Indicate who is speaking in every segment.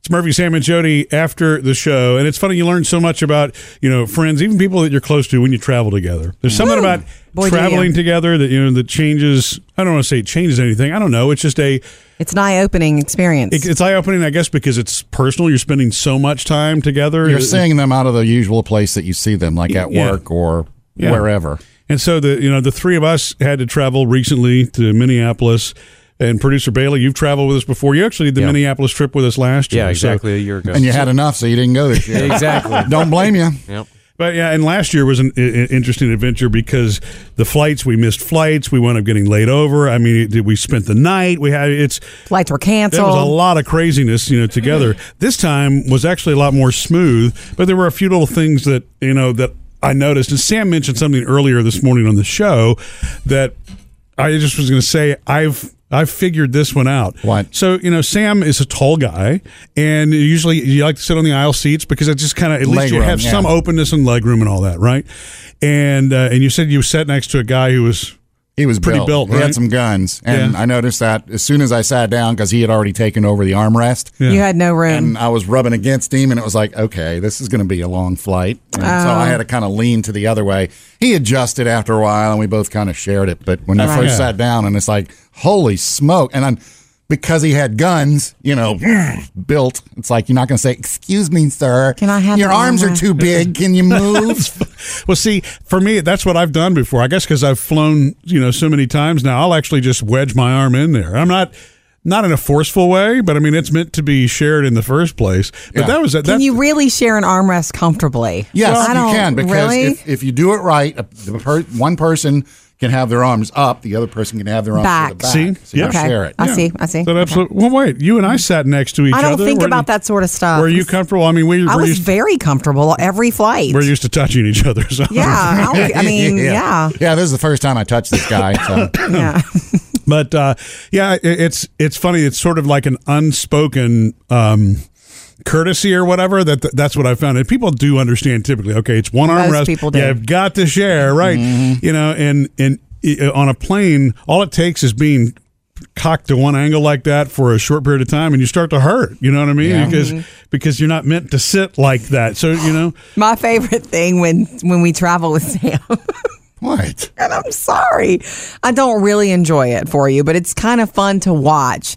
Speaker 1: It's Murphy, Sam, and Jody after the show, and it's funny you learn so much about you know friends, even people that you're close to when you travel together. There's something about
Speaker 2: Boy, do
Speaker 1: traveling
Speaker 2: you.
Speaker 1: together that you know that changes. I don't want to say it changes anything. I don't know. It's just a
Speaker 2: It's an eye-opening experience.
Speaker 1: it- it's eye opening, I guess, because it's personal. You're spending so much time together.
Speaker 3: You're
Speaker 1: It-
Speaker 3: seeing them out of the usual place that you see them, like at
Speaker 1: Yeah.
Speaker 3: work or
Speaker 1: Yeah.
Speaker 3: wherever.
Speaker 1: And so the you know the three of us had to travel recently to Minneapolis, and producer Bailey, you've traveled with us before. You actually did the
Speaker 4: Yeah.
Speaker 1: Minneapolis trip with us last year.
Speaker 4: Yeah,
Speaker 1: So-
Speaker 4: exactly. a year ago.
Speaker 3: And you had enough, so you didn't go this year.
Speaker 4: exactly.
Speaker 3: Don't blame you.
Speaker 4: yep.
Speaker 1: but yeah, and last year was an i- i- interesting adventure because the flights we missed flights. We wound up getting laid over. I mean, it, we spent the night. We had it's
Speaker 2: Flights were
Speaker 1: There was a
Speaker 2: canceled.
Speaker 1: lot of craziness, you know, together. this time was actually a lot more smooth, but there were a few little things that, you know, that I noticed. And Sam mentioned something earlier this morning on the show that I just was going to say, I've. I figured this one out.
Speaker 3: What?
Speaker 1: So you know, Sam is a tall guy, and usually you like to sit on the aisle seats because it just kind of at least
Speaker 3: Leg
Speaker 1: you
Speaker 3: room,
Speaker 1: have
Speaker 3: yeah.
Speaker 1: some openness and leg room and all that, right? And uh, and you said you sat next to a guy who was
Speaker 3: He was
Speaker 1: Pretty built,
Speaker 3: He
Speaker 1: right?
Speaker 3: had some guns, and
Speaker 1: Yeah.
Speaker 3: I noticed that as soon as I sat down because he had already taken over the armrest.
Speaker 2: You had no room.
Speaker 3: And I was rubbing against him, and it was like, okay, this is going to be a long flight. And so
Speaker 2: Oh.
Speaker 3: I had to kind of lean to the other way. He adjusted after a while, and we both kind of shared it. But when I
Speaker 2: Right.
Speaker 3: first
Speaker 1: Yeah.
Speaker 3: sat down, and it's like, holy smoke! And I'm because he had guns, you know, built. It's like you're not going to say, "Excuse me, sir,
Speaker 2: Can I have
Speaker 3: your
Speaker 2: the
Speaker 3: arms are
Speaker 2: armrest?"
Speaker 3: too big? Can you move?"
Speaker 1: Well, see, for me, that's what I've done before. I guess because I've flown, you know, so many times now, I'll actually just wedge my arm in there. I'm not, not in a forceful way, but I mean, it's meant to be shared in the first place. But
Speaker 3: Yeah.
Speaker 1: that was that.
Speaker 2: Can you really share an armrest comfortably?
Speaker 3: Yes,
Speaker 2: I don't,
Speaker 3: you can because
Speaker 2: really.
Speaker 3: if, if you do it right, a- the per, one person can have their arms up, the other person can have their arms to
Speaker 2: Back.
Speaker 3: the back.
Speaker 1: See?
Speaker 3: so you
Speaker 1: Yeah.
Speaker 2: okay,
Speaker 3: share it.
Speaker 2: I see. I see.
Speaker 1: That absolutely. Well, wait. You and I sat next to each
Speaker 2: I
Speaker 1: other.
Speaker 2: don't think
Speaker 1: Were
Speaker 2: about
Speaker 1: you-
Speaker 2: that sort of stuff.
Speaker 1: Were you comfortable? I mean, we
Speaker 2: I
Speaker 1: were
Speaker 2: was
Speaker 1: used,
Speaker 2: very comfortable every flight.
Speaker 1: we're used to touching each other. So.
Speaker 2: yeah, I, was- I mean, yeah.
Speaker 3: yeah. This is the first time I touched this guy. So.
Speaker 2: yeah.
Speaker 1: But uh, yeah, it, it's it's funny. It's sort of like an unspoken um, courtesy or whatever. That that's what I found. And people do understand typically. Okay, it's one
Speaker 2: Most
Speaker 1: armrest.
Speaker 2: people do. Mm-hmm.
Speaker 1: You've got to share, right? You know, and and uh, on a plane, all it takes is being cocked to one angle like that for a short period of time and you start to hurt you know what i mean because
Speaker 2: Mm-hmm.
Speaker 1: because you're not meant to sit like that so you know
Speaker 2: My favorite thing when when we travel with Sam,
Speaker 3: what?
Speaker 2: and I'm sorry, I don't really enjoy it for you, but it's kind of fun to watch.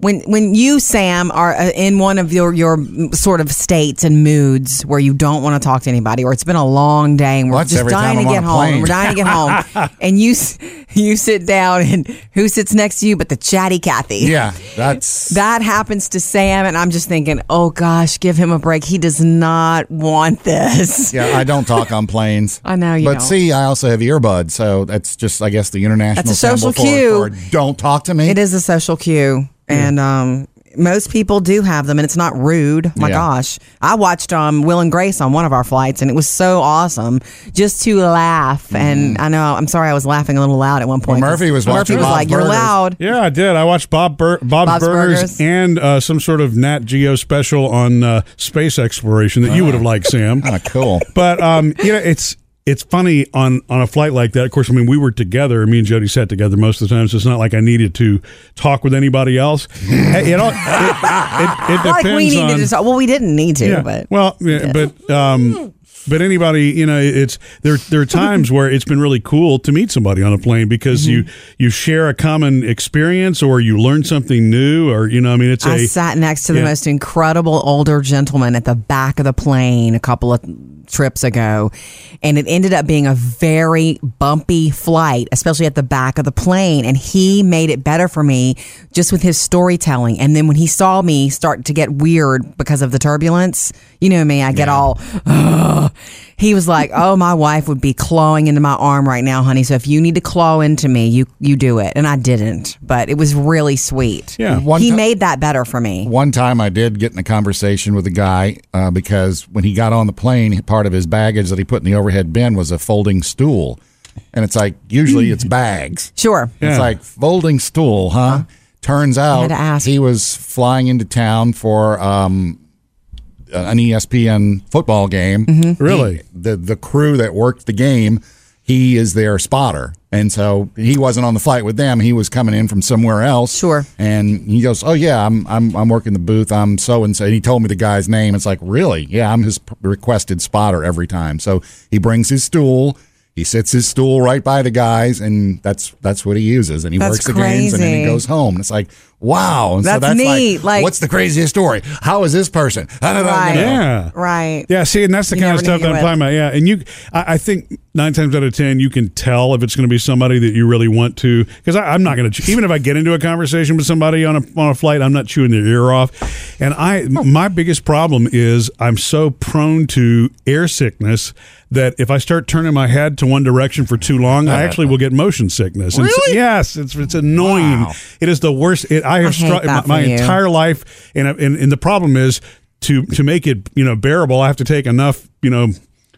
Speaker 2: When when you Sam are uh, in one of your your sort of states and moods where you don't want to talk to anybody, or it's been a long day and we're
Speaker 3: Well, that's
Speaker 2: just
Speaker 3: every time
Speaker 2: dying to
Speaker 3: I'm on
Speaker 2: get
Speaker 3: a
Speaker 2: home,
Speaker 3: plane.
Speaker 2: we're dying to get home, and you s- you sit down and who sits next to you but the chatty Cathy?
Speaker 3: Yeah, that's
Speaker 2: That happens to Sam, and I'm just thinking, oh gosh, give him a break. He does not want this.
Speaker 3: yeah. I don't talk on planes.
Speaker 2: I know you
Speaker 3: But
Speaker 2: don't.
Speaker 3: see, I also have earbuds, so that's just I guess the international
Speaker 2: That's a social
Speaker 3: symbol for-
Speaker 2: cue.
Speaker 3: for don't talk to me.
Speaker 2: It is a social cue, and um, most people do have them, and it's not rude. My
Speaker 3: Yeah.
Speaker 2: gosh, I watched um, Will and Grace on one of our flights, and it was so awesome just to laugh. And I know, I'm sorry, I was laughing a little loud at one point.
Speaker 3: Mm. Murphy
Speaker 2: 'cause
Speaker 3: was
Speaker 2: Murphy
Speaker 3: watching
Speaker 2: was
Speaker 3: Bob's
Speaker 2: like, "You're
Speaker 3: Burgers."
Speaker 2: loud."
Speaker 1: Yeah, I did. I watched Bob Bur- Bob's,
Speaker 2: Bob's
Speaker 1: Burgers,
Speaker 2: Burgers.
Speaker 1: and uh, some sort of Nat Geo special on uh, space exploration that you would have liked, Sam.
Speaker 3: kind of cool.
Speaker 1: But um, you know, it's it's funny on on a flight like that. Of course, I mean, we were together. Me and Jody sat together most of the time, so it's not like I needed to talk with anybody else. Hey, it all it, it, it depends
Speaker 2: Like we
Speaker 1: on,
Speaker 2: needed to talk. Well, we didn't need to, but
Speaker 1: well, yeah, but um, but anybody, you know, it's there. There are times where it's been really cool to meet somebody on a plane because you
Speaker 2: Mm-hmm.
Speaker 1: you share a common experience or you learn something new or you know, I mean, it's
Speaker 2: I
Speaker 1: a
Speaker 2: sat next to the
Speaker 1: Yeah.
Speaker 2: most incredible older gentleman at the back of the plane a couple of trips ago, and it ended up being a very bumpy flight, especially at the back of the plane. And he made it better for me just with his storytelling. And then when he saw me start to get weird because of the turbulence, you know me, I get all. "Ugh." He was like, "Oh, my wife would be clawing into my arm right now, honey. So if you need to claw into me, you you do it." And I didn't, but it was really sweet
Speaker 1: yeah.
Speaker 3: One
Speaker 2: he
Speaker 3: ti-
Speaker 2: made that better for me.
Speaker 3: One time I did get in a conversation with a guy uh, because when he got on the plane, part of his baggage that he put in the overhead bin was a folding stool. And it's like, usually it's bags.
Speaker 2: Sure.
Speaker 1: Yeah.
Speaker 3: It's like, folding stool, huh? Turns out
Speaker 2: Uh-huh. to ask.
Speaker 3: he was flying into town for um, an E ESPN football game.
Speaker 2: Mm-hmm.
Speaker 1: Really?
Speaker 3: He- the, the crew that worked the game, he is their spotter. And so he wasn't on the flight with them. He was coming in from somewhere else.
Speaker 2: Sure.
Speaker 3: And he goes, "Oh yeah, I'm I'm I'm working the booth. I'm so and so." And he told me the guy's name. It's like, really? Yeah, I'm his p- requested spotter every time. So he brings his stool. He sits his stool right by the guys, and that's that's what he uses. And he
Speaker 2: That's
Speaker 3: works the games, and then he
Speaker 2: crazy.
Speaker 3: goes home. And it's like, wow. And so
Speaker 2: That's
Speaker 3: that's
Speaker 2: neat,
Speaker 3: Like,
Speaker 2: like-
Speaker 3: what's the craziest story? How is this person? I don't know, I
Speaker 2: Right.
Speaker 3: don't know.
Speaker 1: Yeah.
Speaker 2: Right.
Speaker 1: Yeah, see, and that's the
Speaker 2: You
Speaker 1: kind of
Speaker 2: never
Speaker 1: stuff
Speaker 2: knew
Speaker 1: that I'm
Speaker 2: who
Speaker 1: talking about. Yeah, and you, I, I think nine times out of ten, you can tell if it's going to be somebody that you really want to. Because I'm not going to, even if I get into a conversation with somebody on a on a flight, I'm not chewing their ear off. And I,
Speaker 2: Oh.
Speaker 1: my biggest problem is I'm so prone to air sickness that if I start turning my head to one direction for too long, I actually will get motion sickness. And so-
Speaker 2: Really?
Speaker 1: yes, it's it's annoying.
Speaker 3: Wow.
Speaker 1: It is the worst. It, I have
Speaker 2: hate
Speaker 1: stru- my,
Speaker 2: that
Speaker 1: my
Speaker 2: for you.
Speaker 1: entire entire life, and, and and the problem is to to make it you know bearable, I have to take enough you know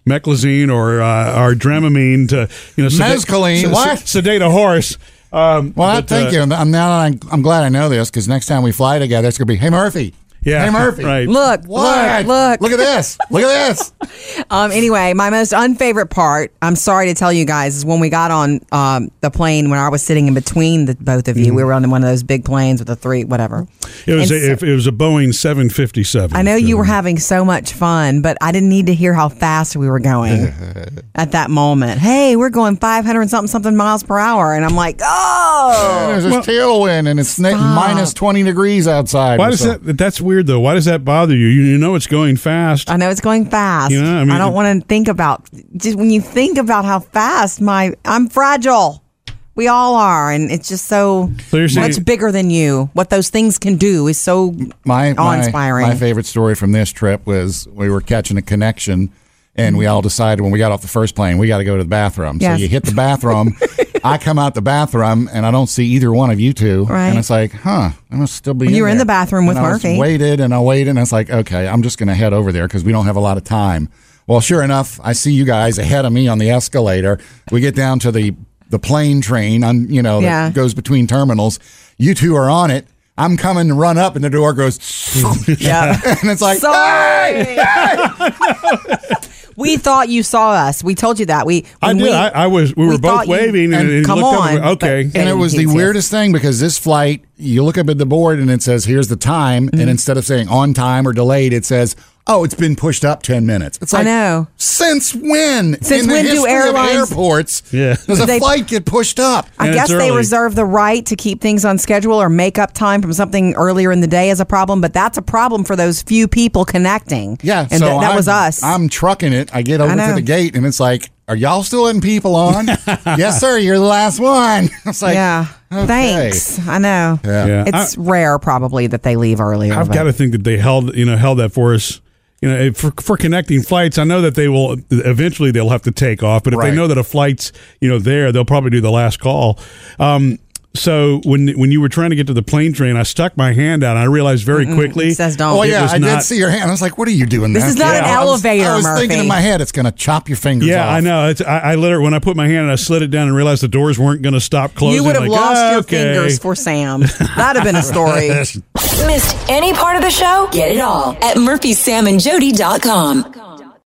Speaker 1: meclizine or uh, or Dramamine to you know sedate,
Speaker 3: Mescaline,
Speaker 1: sed-
Speaker 3: what?
Speaker 1: sedate a horse. Um,
Speaker 3: Well, I
Speaker 1: but,
Speaker 3: thank
Speaker 1: uh,
Speaker 3: you. I'm now. I'm, I'm glad I know this because next time we fly together, it's gonna be, "Hey Murphy,
Speaker 1: Yeah,
Speaker 3: hey Murphy,
Speaker 1: right.
Speaker 2: Look,
Speaker 3: what?
Speaker 2: look,
Speaker 3: look
Speaker 2: look.
Speaker 3: at this, look at this."
Speaker 2: Um, anyway, my most unfavorite part, I'm sorry to tell you guys, is when we got on um, the plane when I was sitting in between the both of you. We were on one of those big planes with the three, whatever.
Speaker 1: It was
Speaker 2: And
Speaker 1: a, if it was a Boeing seven fifty seven.
Speaker 2: I know you were having so much fun, but I didn't need to hear how fast we were going at that moment. Hey, we're going 500 and something something miles per hour, and I'm like, oh,
Speaker 3: There's this tailwind, and it's ne- minus 20 degrees outside.
Speaker 1: Why
Speaker 3: or
Speaker 1: does
Speaker 3: so.
Speaker 1: that? That's weird though. Why does that bother you? You, you know it's going fast.
Speaker 2: I know it's going fast.
Speaker 1: You know, I
Speaker 2: I,
Speaker 1: mean-
Speaker 2: don't want to think about just when you think about how fast my I'm fragile. We all are, and it's just so
Speaker 1: So you're saying-
Speaker 2: much bigger than you. What those things can do is so
Speaker 3: my,
Speaker 2: awe-inspiring.
Speaker 3: My, my favorite story from this trip was we were catching a connection, and we all decided when we got off the first plane, we got to go to the bathroom.
Speaker 2: Yes.
Speaker 3: So you hit the bathroom. I come out the bathroom, and I don't see either one of you two.
Speaker 2: Right.
Speaker 3: And it's like, huh, I must still be
Speaker 2: And
Speaker 3: in
Speaker 2: you were in
Speaker 3: there.
Speaker 2: the bathroom with
Speaker 3: and I was
Speaker 2: Murphy.
Speaker 3: waited, and I waited, and I was like, okay, I'm just going to head over there because we don't have a lot of time. Well, sure enough, I see you guys ahead of me on the escalator. We get down to the the plane train on you know
Speaker 2: Yeah.
Speaker 3: that goes between terminals. You two are on it. I'm coming to run up, and the door goes,
Speaker 2: yeah.
Speaker 3: and it's like, "Ah!"
Speaker 2: Sorry. we thought you saw us. We told you that. We
Speaker 1: I
Speaker 2: when
Speaker 1: did.
Speaker 2: we-
Speaker 1: I, I was. We
Speaker 2: we
Speaker 1: were both
Speaker 2: thought you-
Speaker 1: waving, and,
Speaker 2: and
Speaker 1: it
Speaker 2: come
Speaker 1: looked up and
Speaker 2: on,
Speaker 1: went, okay.
Speaker 2: but-
Speaker 3: and it was the
Speaker 2: Yes.
Speaker 3: weirdest thing because this flight, you look up at the board and it says, here's the time. And
Speaker 2: Mm-hmm.
Speaker 3: instead of saying on time or delayed, it says, oh, it's been pushed up 10 minutes. It's
Speaker 2: I
Speaker 3: like,
Speaker 2: know.
Speaker 3: Since when?
Speaker 2: Since
Speaker 3: In the
Speaker 2: when do
Speaker 3: history of
Speaker 2: airlines-
Speaker 3: airports
Speaker 1: Yeah.
Speaker 3: does a
Speaker 2: They-
Speaker 3: flight get pushed up?
Speaker 2: I
Speaker 1: And
Speaker 2: guess
Speaker 1: it's
Speaker 2: they
Speaker 1: early.
Speaker 2: reserve the right to keep things on schedule or make up time from something earlier in the day as a problem, but that's a problem for those few people connecting.
Speaker 3: Yeah,
Speaker 2: and
Speaker 3: so
Speaker 2: tha- that was
Speaker 3: I'm-
Speaker 2: us.
Speaker 3: I'm trucking it. I get over to
Speaker 2: know.
Speaker 3: the gate and it's like, are y'all still letting people on? yes, sir. You're the last one. It's like,
Speaker 2: yeah,
Speaker 3: okay.
Speaker 2: thanks. I know.
Speaker 1: Yeah.
Speaker 2: It's rare, probably, that they leave earlier.
Speaker 1: I've
Speaker 2: but-
Speaker 1: got to think that they held you know held that for us. You know, for, for connecting flights, I know that they will eventually they'll have to take off. But if
Speaker 3: Right.
Speaker 1: they know that a flight's you know there, they'll probably do the last call. Um, so when when you were trying to get to the plane train, I stuck my hand out. and I realized very quickly.
Speaker 2: it says don't.
Speaker 3: Oh
Speaker 1: It
Speaker 3: yeah,
Speaker 1: was
Speaker 3: I
Speaker 1: not-
Speaker 3: did see your hand. I was like, "What are you doing?"
Speaker 2: This
Speaker 3: is
Speaker 2: is not an elevator,
Speaker 3: I was, thinking
Speaker 2: Murphy.
Speaker 3: in my head, it's going to chop your fingers.
Speaker 1: Yeah,
Speaker 3: off.
Speaker 1: I know. It's, I, I literally when I put my hand and I slid it down and realized the doors weren't going to stop closing.
Speaker 2: you would have
Speaker 1: like,
Speaker 2: lost
Speaker 1: "Ah,
Speaker 2: your
Speaker 1: okay."
Speaker 2: fingers for Sam. That'd have been a story.
Speaker 4: Missed any part of the show? Get it all at murphysamandjody.com.